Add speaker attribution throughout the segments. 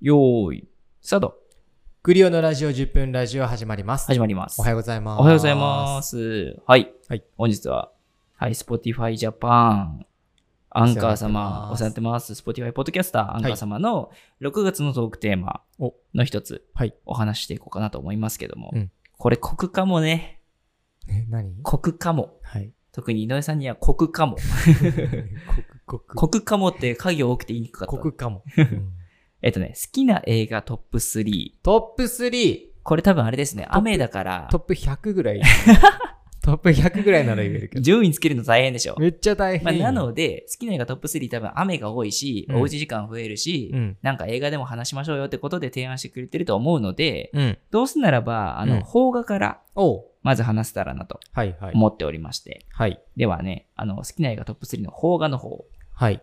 Speaker 1: よーい、スタート
Speaker 2: グリオのラジオ10分ラジオ始まります。
Speaker 1: 始まります。
Speaker 2: おはようございます。
Speaker 1: おはようございま。す。はい。
Speaker 2: はい
Speaker 1: 本日は、はい、Spotify Japan、アンカー様、お
Speaker 2: お
Speaker 1: 世話にな
Speaker 2: 世話にな
Speaker 1: っ
Speaker 2: って
Speaker 1: ます。Spotify ポッドキャスター、アンカー様の6月のトークテーマ
Speaker 2: お
Speaker 1: の一つ、
Speaker 2: はい
Speaker 1: お話ししていこうかなと思いますけども、
Speaker 2: うん
Speaker 1: これ、国かもね。
Speaker 2: え、何
Speaker 1: 国かも。
Speaker 2: はい。
Speaker 1: 特に井上さんには国かも。
Speaker 2: コク、コ
Speaker 1: 国かもって家業多くて言いにくか
Speaker 2: ク、コ
Speaker 1: った。
Speaker 2: ク かも。うん
Speaker 1: えっとね、好きな映画トップ3。
Speaker 2: トップ 3!
Speaker 1: これ多分あれですね、
Speaker 2: ップ
Speaker 1: 雨だから
Speaker 2: トッ、プ100ぐ らい。トップ100ぐらいなら言えるけど。
Speaker 1: 順位つけるの大変でしょ。
Speaker 2: めっちゃ大変。
Speaker 1: まあ、なので、好きな映画トップ3多分雨が多いし、
Speaker 2: うん
Speaker 1: おうち時間増えるし、
Speaker 2: うん。
Speaker 1: なんか映画でも話しましょうよってことで提案してくれてると思うので、
Speaker 2: うん。
Speaker 1: どうすんならば、あ
Speaker 2: う
Speaker 1: の、
Speaker 2: ん
Speaker 1: 邦画から
Speaker 2: おう
Speaker 1: まず話せたらなと
Speaker 2: はいはい。
Speaker 1: 思っておりまして、
Speaker 2: はい。
Speaker 1: ではね、あの、好きな映画トップ3の邦画の方、
Speaker 2: はい。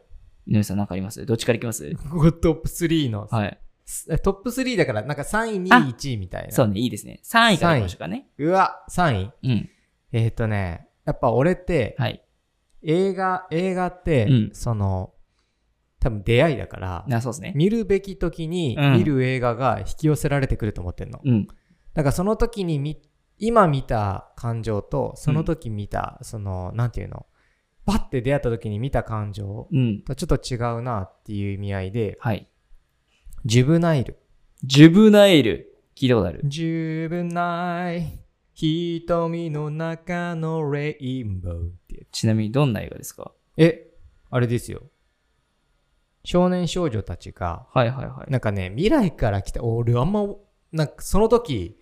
Speaker 1: 井上さんなんかありますどっちからいきます
Speaker 2: ここトップ3の、
Speaker 1: はい。
Speaker 2: えトップ3だから、なんか3位、
Speaker 1: あ
Speaker 2: 2位、1位みたいな。
Speaker 1: そうね、いいですね。3位からいきましょうかね。
Speaker 2: うわ、3位
Speaker 1: うん。
Speaker 2: えっ、とね、やっぱ俺って、
Speaker 1: はい。
Speaker 2: 映画、映画って、
Speaker 1: うん
Speaker 2: その、多分出会いだから、
Speaker 1: なそうですね。
Speaker 2: 見るべき時に
Speaker 1: うん
Speaker 2: 見る映画が引き寄せられてくると思ってんの。
Speaker 1: うん。
Speaker 2: だからその時に見今見た感情とその時見た、そのなんていうのパッて出会った時に見た感情
Speaker 1: うん。
Speaker 2: とちょっと違うなっていう意味合いで
Speaker 1: はい。
Speaker 2: ジュブナイル
Speaker 1: ジュブナイル。聞いたことある。
Speaker 2: ジュブナイル瞳の中のレインボーっていう
Speaker 1: ちなみにどんな映画ですか
Speaker 2: えあれですよ少年少女たちが
Speaker 1: はいはいはい。
Speaker 2: なんかね、未来から来た、俺あんま、なんかその時、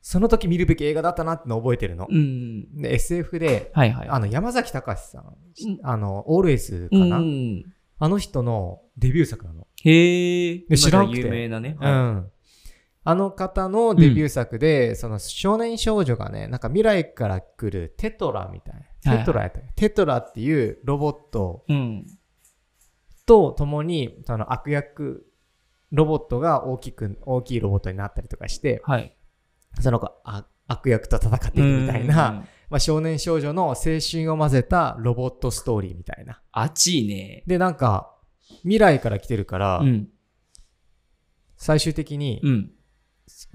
Speaker 2: その時見るべき映画だったなっての覚えてるの。
Speaker 1: うん。
Speaker 2: で、SF で、
Speaker 1: はいはい。
Speaker 2: あの、山崎隆さん
Speaker 1: うん、
Speaker 2: あの、オールエスか
Speaker 1: う
Speaker 2: な、
Speaker 1: ん。
Speaker 2: あの人のデビュー作なの。
Speaker 1: へえ。
Speaker 2: で知らんくて
Speaker 1: 有名なね。
Speaker 2: う
Speaker 1: は
Speaker 2: ん。あの方のデビュー作で、その少年少女がね、なんか未来から来るテトラみたい
Speaker 1: は
Speaker 2: な。
Speaker 1: い
Speaker 2: テトラやったっけテトラっていうロボット
Speaker 1: いうん。
Speaker 2: と共に、その悪役ロボットが大きく、大きいロボットになったりとかして、
Speaker 1: はい。
Speaker 2: その子あ悪役と戦っていくみたいな、。まあ、少年少女の青春を混ぜたロボットストーリーみたいな。
Speaker 1: 熱いね。
Speaker 2: で、なんか、未来から来てるから、
Speaker 1: うん。
Speaker 2: 最終的に
Speaker 1: う、ん。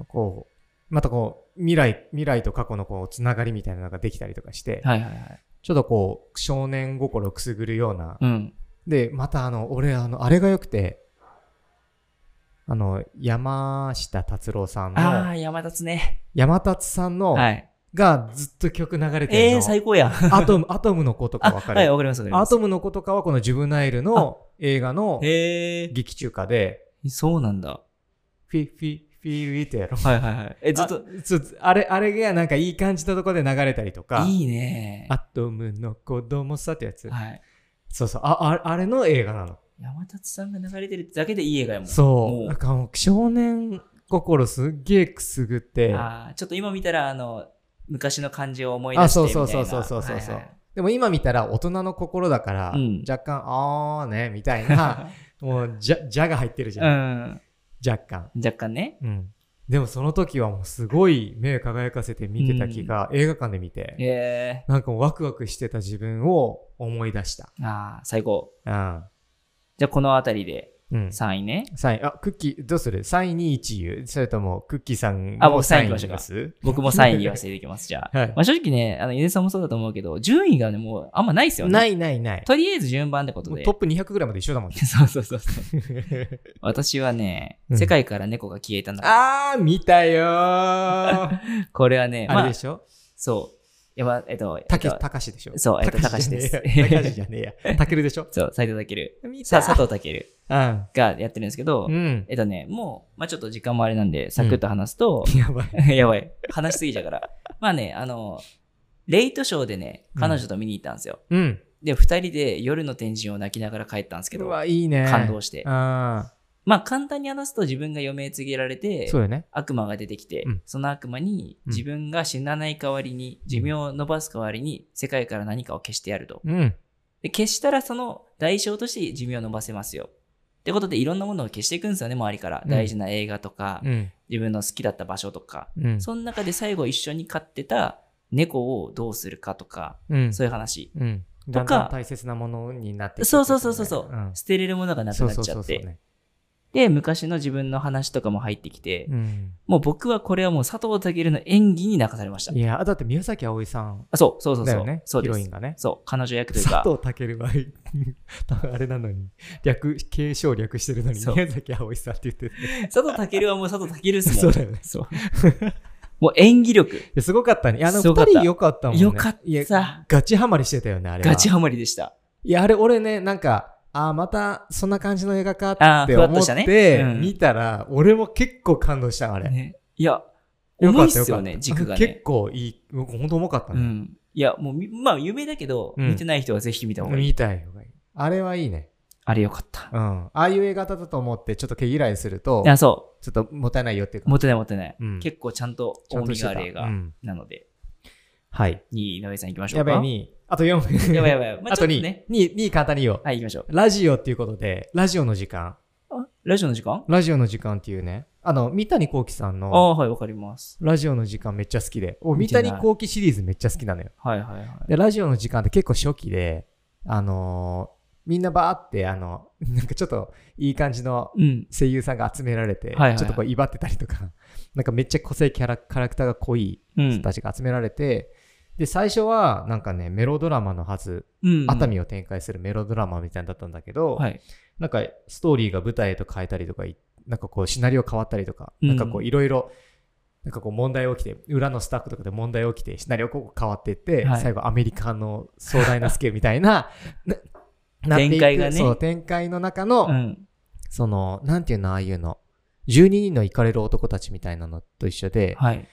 Speaker 2: こう、またこう、未来、未来と過去のこう、つながりみたいなのができたりとかして、
Speaker 1: はいはいはい。
Speaker 2: ちょっとこう、少年心をくすぐるような。
Speaker 1: うん。
Speaker 2: で、またあの、俺、あの、あれが良くて、あの、山下達郎さん
Speaker 1: あ
Speaker 2: の、
Speaker 1: あ、山立つね。
Speaker 2: 山達さんの、
Speaker 1: はい。
Speaker 2: がずっと曲流れてる
Speaker 1: え
Speaker 2: の。
Speaker 1: え、最高 やん。
Speaker 2: アトム、アトムの子とか
Speaker 1: あ、
Speaker 2: わか
Speaker 1: はい、
Speaker 2: る。
Speaker 1: わかりますわかりま
Speaker 2: ア
Speaker 1: す。
Speaker 2: トムの子とかはこのジュブナイルの映画の
Speaker 1: へえ。
Speaker 2: 劇中歌で、
Speaker 1: そうなんだ。
Speaker 2: フィフィフィフィってやろ。
Speaker 1: はいはいはい。え、ずっと、
Speaker 2: あずっとあれ、あれがなんかいい感じのとこで流れたりとか、
Speaker 1: いいね。
Speaker 2: アトムの子供さってやつ。
Speaker 1: はい。
Speaker 2: そうそう、あ、ああれの映画なの。
Speaker 1: 山立さんが流れてるだけでいい映画やもん。
Speaker 2: そう。
Speaker 1: も
Speaker 2: なんかもう少年心すっげえくすぐって、
Speaker 1: ああ、ちょっと今見たら、あの、昔の感じを思い出
Speaker 2: あ、
Speaker 1: して
Speaker 2: そ
Speaker 1: み
Speaker 2: う
Speaker 1: たいな。
Speaker 2: そうそうそうそうそうそう。
Speaker 1: はいはい
Speaker 2: でも今見たら大人の心だから、
Speaker 1: うん
Speaker 2: 若干、あーね、みたいな、もう、じゃ、じゃが入ってるじゃん。若干。
Speaker 1: うん。若干ね。
Speaker 2: うん、でもその時はもうすごい目輝かせて見てた気が、映画館で見て
Speaker 1: ええ。
Speaker 2: なんかもうワクワクしてた自分を思い出した
Speaker 1: ああ、最高。
Speaker 2: うん、
Speaker 1: じゃあ、このあたりで
Speaker 2: うん、
Speaker 1: 3位ね。
Speaker 2: 3位あクッキーどうする3位に1位言うそれともクッキーさん
Speaker 1: あ僕
Speaker 2: 3
Speaker 1: 三位行きましょうか
Speaker 2: す
Speaker 1: 僕も3位言わせていただきます。じゃあ。
Speaker 2: はい
Speaker 1: まあ、正直ね、あの、ゆねさんもそうだと思うけど、順位がね、もうあんまないですよね。。
Speaker 2: ないいないない
Speaker 1: とりあえず順番ってこと
Speaker 2: もう
Speaker 1: で。
Speaker 2: トップ200ぐらいまで一緒だもん
Speaker 1: そうそうそうそう。私はね、
Speaker 2: うん
Speaker 1: 世界から猫が消えたの。
Speaker 2: あー見 たよー
Speaker 1: これはね、
Speaker 2: あ
Speaker 1: ま
Speaker 2: れ
Speaker 1: あ
Speaker 2: で、しょ
Speaker 1: そう。いやば、えっと、
Speaker 2: たけ
Speaker 1: えっと
Speaker 2: たかしでしょ
Speaker 1: そうえっと
Speaker 2: たかしじゃねえ
Speaker 1: たかしです
Speaker 2: やたかしじゃね えやたけるでしょ
Speaker 1: そう、斉藤健。
Speaker 2: 見
Speaker 1: さあ、
Speaker 2: た
Speaker 1: 佐藤健
Speaker 2: うん
Speaker 1: がやってるんですけど
Speaker 2: う、ん
Speaker 1: えっとね、もう、まあちょっと時間もあれなんで、サクッと話すと、
Speaker 2: やば い
Speaker 1: やばい、話しすぎちゃうから。まあね、あの、レイトショーでね、彼女と見に行ったんですよ。
Speaker 2: うん
Speaker 1: で、二人で夜の天神を泣きながら帰ったんですけ
Speaker 2: う
Speaker 1: ど、
Speaker 2: わいいね
Speaker 1: 感動して。
Speaker 2: あ
Speaker 1: まあ、簡単に話すと自分が余命告げられ
Speaker 2: あ
Speaker 1: て、
Speaker 2: そうよね
Speaker 1: 悪魔が出てきて、
Speaker 2: うん
Speaker 1: その悪魔に
Speaker 2: うん
Speaker 1: 自分が死なない代わりに、寿命を伸ばす代わりに世界から何かを消してやると。
Speaker 2: うん
Speaker 1: で消したらその代償として寿命を伸ばせますよ。ってことでいろんなものを消していくんですよね、周りから。
Speaker 2: うん
Speaker 1: 大事な映画とか、
Speaker 2: うん
Speaker 1: 自分の好きだった場所とか。
Speaker 2: うん
Speaker 1: その中で最後一緒に飼ってた猫をどうするかとか、
Speaker 2: うん
Speaker 1: そういう話。
Speaker 2: うん
Speaker 1: と
Speaker 2: だ
Speaker 1: か
Speaker 2: んだん大切なものになっていくって
Speaker 1: そ
Speaker 2: こ
Speaker 1: う
Speaker 2: と
Speaker 1: そう
Speaker 2: です
Speaker 1: そ
Speaker 2: よ
Speaker 1: うそうそ
Speaker 2: ね
Speaker 1: う、
Speaker 2: ん
Speaker 1: 捨てれるものがなく
Speaker 2: そ
Speaker 1: な
Speaker 2: う
Speaker 1: っ
Speaker 2: そう
Speaker 1: ち
Speaker 2: そ
Speaker 1: ゃ
Speaker 2: う
Speaker 1: っ
Speaker 2: そう
Speaker 1: て。
Speaker 2: ね
Speaker 1: で、昔の自分の話とかも入ってきて、
Speaker 2: うん、
Speaker 1: もう僕はこれはもう佐藤健の演技に泣かされました
Speaker 2: い。やだって宮崎あおいさん
Speaker 1: あ、そう、そうそう
Speaker 2: だ
Speaker 1: そう。
Speaker 2: よね
Speaker 1: そう
Speaker 2: ヒ
Speaker 1: で
Speaker 2: ロイン
Speaker 1: す。
Speaker 2: がね
Speaker 1: そう、彼女役というか
Speaker 2: 佐、藤健は あれなのに略継承略してるのに
Speaker 1: そう
Speaker 2: 宮崎あおいさんって言ってる
Speaker 1: 佐藤健はもう佐藤健です も。
Speaker 2: そうんだよね
Speaker 1: そう。もう演技力、
Speaker 2: いやすごかったねいやあの
Speaker 1: す
Speaker 2: 二
Speaker 1: ごかった
Speaker 2: 人よかったもんね
Speaker 1: よかった
Speaker 2: いやガチハマりしてたよねあれは
Speaker 1: ガチハマりでした。
Speaker 2: いや、あれ、俺ね、なんか、ああ、また、そんな感じの映画か
Speaker 1: あ
Speaker 2: っ
Speaker 1: ー
Speaker 2: て
Speaker 1: ふわっ
Speaker 2: 思
Speaker 1: と
Speaker 2: っ
Speaker 1: したね
Speaker 2: て、
Speaker 1: うん
Speaker 2: 見たら、俺も結構感動したの、あれ。
Speaker 1: ね、いや、
Speaker 2: よ
Speaker 1: 重
Speaker 2: か
Speaker 1: い
Speaker 2: っ
Speaker 1: ったすよね、
Speaker 2: よか
Speaker 1: 軸
Speaker 2: った
Speaker 1: が
Speaker 2: 結
Speaker 1: ね。
Speaker 2: 構いい。本当重かった
Speaker 1: う
Speaker 2: ね。
Speaker 1: ん。いや、もうみ、まあ、有名だけど、
Speaker 2: うん
Speaker 1: 見てない人はぜひ見た方がいい。
Speaker 2: 見たい方がいい。あれはいいね。
Speaker 1: あれよかった。
Speaker 2: うん。ああいう映画だったと思って、ちょっと毛嫌いすると、
Speaker 1: あ、そ
Speaker 2: ちょっともったいないよっていう
Speaker 1: う。
Speaker 2: か、
Speaker 1: 持ってない持ってない。
Speaker 2: うん
Speaker 1: 結構ちゃんと
Speaker 2: ちゃん
Speaker 1: 重
Speaker 2: と
Speaker 1: み
Speaker 2: して
Speaker 1: があ
Speaker 2: た
Speaker 1: る映画
Speaker 2: うん
Speaker 1: なので、
Speaker 2: はい。
Speaker 1: 2位、井上さん行きましょ
Speaker 2: や
Speaker 1: うか。
Speaker 2: ばい2位。あと4分。
Speaker 1: や ばいやばいやばい。ま
Speaker 2: あ
Speaker 1: ちょ
Speaker 2: と
Speaker 1: っ
Speaker 2: 2位。
Speaker 1: ね。
Speaker 2: 2位、2位簡単に言おう。
Speaker 1: はい、行きましょう。
Speaker 2: ラジオっていうことで、ラジオの時間。
Speaker 1: あラジオの時間
Speaker 2: ラジオの時間っていうね、あの、三谷幸喜さん
Speaker 1: あ
Speaker 2: の、
Speaker 1: あー、はい、わかります。
Speaker 2: ラジオの時間めっちゃ好きで、お三
Speaker 1: 見てない
Speaker 2: 谷幸喜シリーズめっちゃ好きなのよ。
Speaker 1: はいはいはい。
Speaker 2: で、ラジオの時間って結構初期で、あのーみんなバーって、あの、 なんかちょっといい感じの
Speaker 1: うん。
Speaker 2: 声優さんが集められ
Speaker 1: い
Speaker 2: て、
Speaker 1: はいはい
Speaker 2: ちょっとこう威張ってたりとか、 なんかめっちゃ個性キャラキャラクターが濃い
Speaker 1: うん
Speaker 2: 人。たちが集められて、で、最初はなんかね、メロドラマのはず、
Speaker 1: うん
Speaker 2: 熱海を展開するメロドラマみたいなのだったんだけど、
Speaker 1: はい。
Speaker 2: なんかストーリーが舞台へと変えたりとかいなんかこうシナリオ変わったりとか、
Speaker 1: うん
Speaker 2: なんかこういろいろなんかこう問題起きて裏のスタッフとかで問題起きてシナリオここ変わっていって、
Speaker 1: はい
Speaker 2: 最後アメリカの壮大なスケールみたい なななっていく
Speaker 1: 展開がね
Speaker 2: そう展開の中の、
Speaker 1: うん。
Speaker 2: そのなんていうのああいうの12人のイかれる男たちみたいなのと一緒で、
Speaker 1: はい。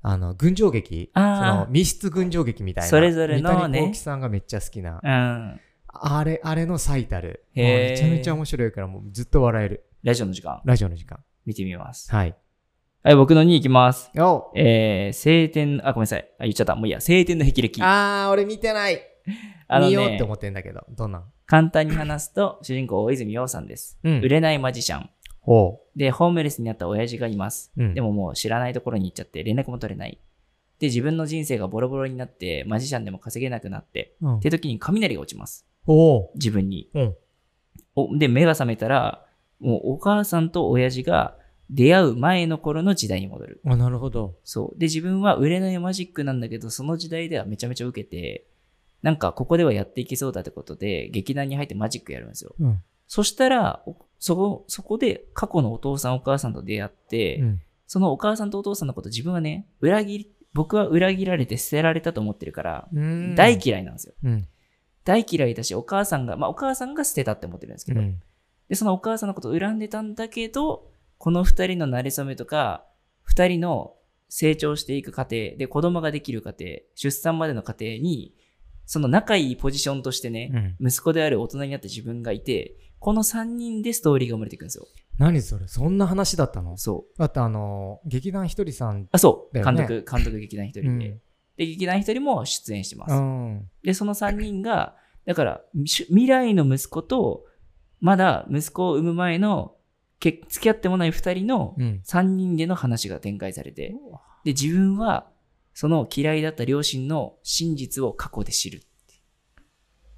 Speaker 2: あの群青劇その
Speaker 1: あ
Speaker 2: 密室群青劇みたいな
Speaker 1: それぞれのね
Speaker 2: 三谷幸喜さんがめっちゃ好きな
Speaker 1: あ。うん。
Speaker 2: あれあれの最たるもう
Speaker 1: へー
Speaker 2: めちゃめちゃ面白いからもうずっと笑える
Speaker 1: ラジオの時間、
Speaker 2: ラジオの時間。
Speaker 1: 見てみます。
Speaker 2: はい。
Speaker 1: はい、僕の2位行きます。
Speaker 2: お
Speaker 1: えー、晴天、あ、ごめんなさい。あ、言っちゃった。もういいや。晴天の霹靂。
Speaker 2: あー、俺見てない。
Speaker 1: あの
Speaker 2: 見ようって
Speaker 1: ね、
Speaker 2: 思ってんだけど、どんなん
Speaker 1: 簡単に話すと、主人公、大泉洋さんです。
Speaker 2: うん
Speaker 1: 売れないマジシャン。
Speaker 2: お
Speaker 1: で、ホームレスになった親父がいます。
Speaker 2: うん
Speaker 1: でももう知らないところに行っちゃって、連絡も取れない。で、自分の人生がボロボロになって、マジシャンでも稼げなくなって、
Speaker 2: うん
Speaker 1: って時に雷が落ちます。
Speaker 2: おう
Speaker 1: 自分に。
Speaker 2: うん
Speaker 1: おで、目が覚めたら、もうお母さんと親父が出会う前の頃の時代に戻る。
Speaker 2: あ、なるほど。
Speaker 1: そう。で、自分は売れないマジックなんだけど、その時代ではめちゃめちゃ受けて、なんかここではやっていけそうだってことで、劇団に入ってマジックやるんですよ。
Speaker 2: うん。
Speaker 1: そしたら、おそこ、そこで過去のお父さんお母さんと出会って、
Speaker 2: うん
Speaker 1: そのお母さんとお父さんのこと自分はね、裏切り、僕は裏切られて捨てられたと思ってるから、
Speaker 2: うん
Speaker 1: 大嫌いなんですよ。
Speaker 2: うん。
Speaker 1: 大嫌いだし、お母さんが、まあお母さんが捨てたって思ってるんですけど、で、そのお母さんのことを恨んでたんだけど、この二人の馴れ初めとか、二人の成長していく過程、で、子供ができる過程、出産までの過程に、その仲いいポジションとしてね、
Speaker 2: うん
Speaker 1: 息子である大人になった自分がいて、この三人でストーリーが生まれていくんですよ。
Speaker 2: 何それそんな話だったの
Speaker 1: そう。
Speaker 2: だってあのー、劇団ひとりさん。
Speaker 1: あ、そう。
Speaker 2: だよ
Speaker 1: 監
Speaker 2: ね
Speaker 1: 督、監督劇団一人で。
Speaker 2: うん
Speaker 1: で、劇団一人も出演してます。
Speaker 2: うん。
Speaker 1: で、その3人が、だから、し未来の息子と、まだ息子を産む前の、け付き合ってもない2人の
Speaker 2: うん。
Speaker 1: 3人での話が展開されて、で、自分は、その嫌いだった両親の真実を過去で知る。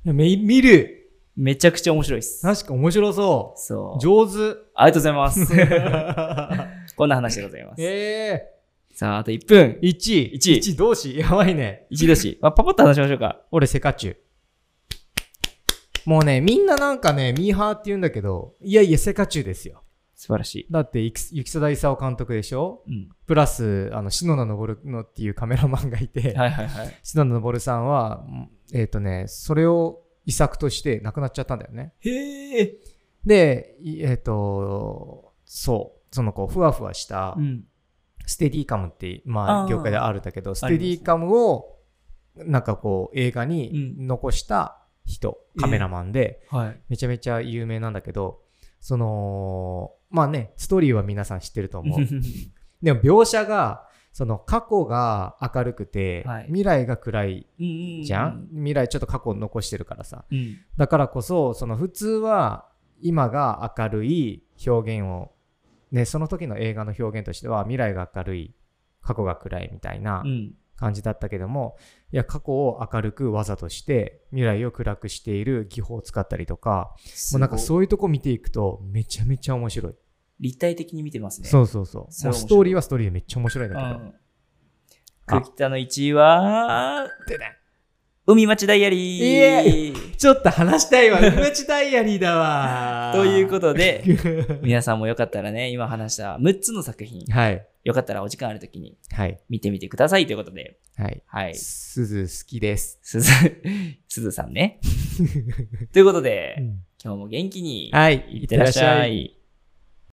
Speaker 2: め見る
Speaker 1: めちゃくちゃ面白いです。
Speaker 2: 確か面白そ。
Speaker 1: そうう。
Speaker 2: 上 手。
Speaker 1: ありがとうございます。
Speaker 2: え
Speaker 1: こんな話でございます。
Speaker 2: え
Speaker 1: さあ、あと1分。
Speaker 2: ー。1位。
Speaker 1: 一位
Speaker 2: 1位同士。やばいね。
Speaker 1: 一度し。まあ、パパッと話しましょうか。
Speaker 2: 俺セカチュウもうねみんななんかねミーハーって言うんだけどいやいやセカチュウですよ
Speaker 1: 素晴らしい。
Speaker 2: だってゆきゆきそだいさお監督でしょ
Speaker 1: うん。
Speaker 2: プラスあの篠田昇のっていうカメラマンがいて、
Speaker 1: はいはいはい。
Speaker 2: 篠田昇さんはうんえっ、とねそれを遺作として亡くなっちゃったんだよね
Speaker 1: へえ。
Speaker 2: でいえっ、とそうそのこうふわふわした
Speaker 1: うん。
Speaker 2: ステディカムって、ま
Speaker 1: あ
Speaker 2: あ、
Speaker 1: ー
Speaker 2: 業界であるんだけどス
Speaker 1: ありま
Speaker 2: テ
Speaker 1: す
Speaker 2: デ
Speaker 1: ね
Speaker 2: ィカムをなんかこう映画に
Speaker 1: うん
Speaker 2: 残した人、
Speaker 1: えー
Speaker 2: カメラマンで、
Speaker 1: はい。
Speaker 2: めちゃめちゃ有名なんだけどそのまあねストーリーは皆さん知ってると 思うでも描写がその過去が明るくて、
Speaker 1: はい
Speaker 2: 未来が暗いじ
Speaker 1: じ
Speaker 2: ゃん、未来ちょっと過去を残してるからさ
Speaker 1: うん。
Speaker 2: だからこそその普通は今が明るい表現を、ね、その時の映画の表現としては未来が明るい過去が暗いみたいな
Speaker 1: うん。
Speaker 2: 感じだったけどもいや過去を明るくわざとして未来を暗くしている技法を使ったりとかもうなんか
Speaker 1: すごい
Speaker 2: そういうとこ見ていくとめちゃめちゃ面白い
Speaker 1: 立体的に見てますね。
Speaker 2: そうそうそう。もう
Speaker 1: それ面白い
Speaker 2: ストーリーはストーリーでめっちゃ面白いん
Speaker 1: う
Speaker 2: だけど。
Speaker 1: ん。ク北の1位は、海町ダイアリー。
Speaker 2: イエちょっと話し たいわ。うちダイアリーだわ
Speaker 1: ということで、
Speaker 2: と。
Speaker 1: 皆さんもよかったらね、今話した6つの作品、
Speaker 2: はい。
Speaker 1: よかったらお時間あるときに
Speaker 2: はい。
Speaker 1: 見てみてくださいということで、
Speaker 2: はい。
Speaker 1: はい。
Speaker 2: すず好きです。
Speaker 1: すず、す ずさんね。ということで、
Speaker 2: うん
Speaker 1: 今日も元気に、
Speaker 2: はい。
Speaker 1: いってらっしゃい。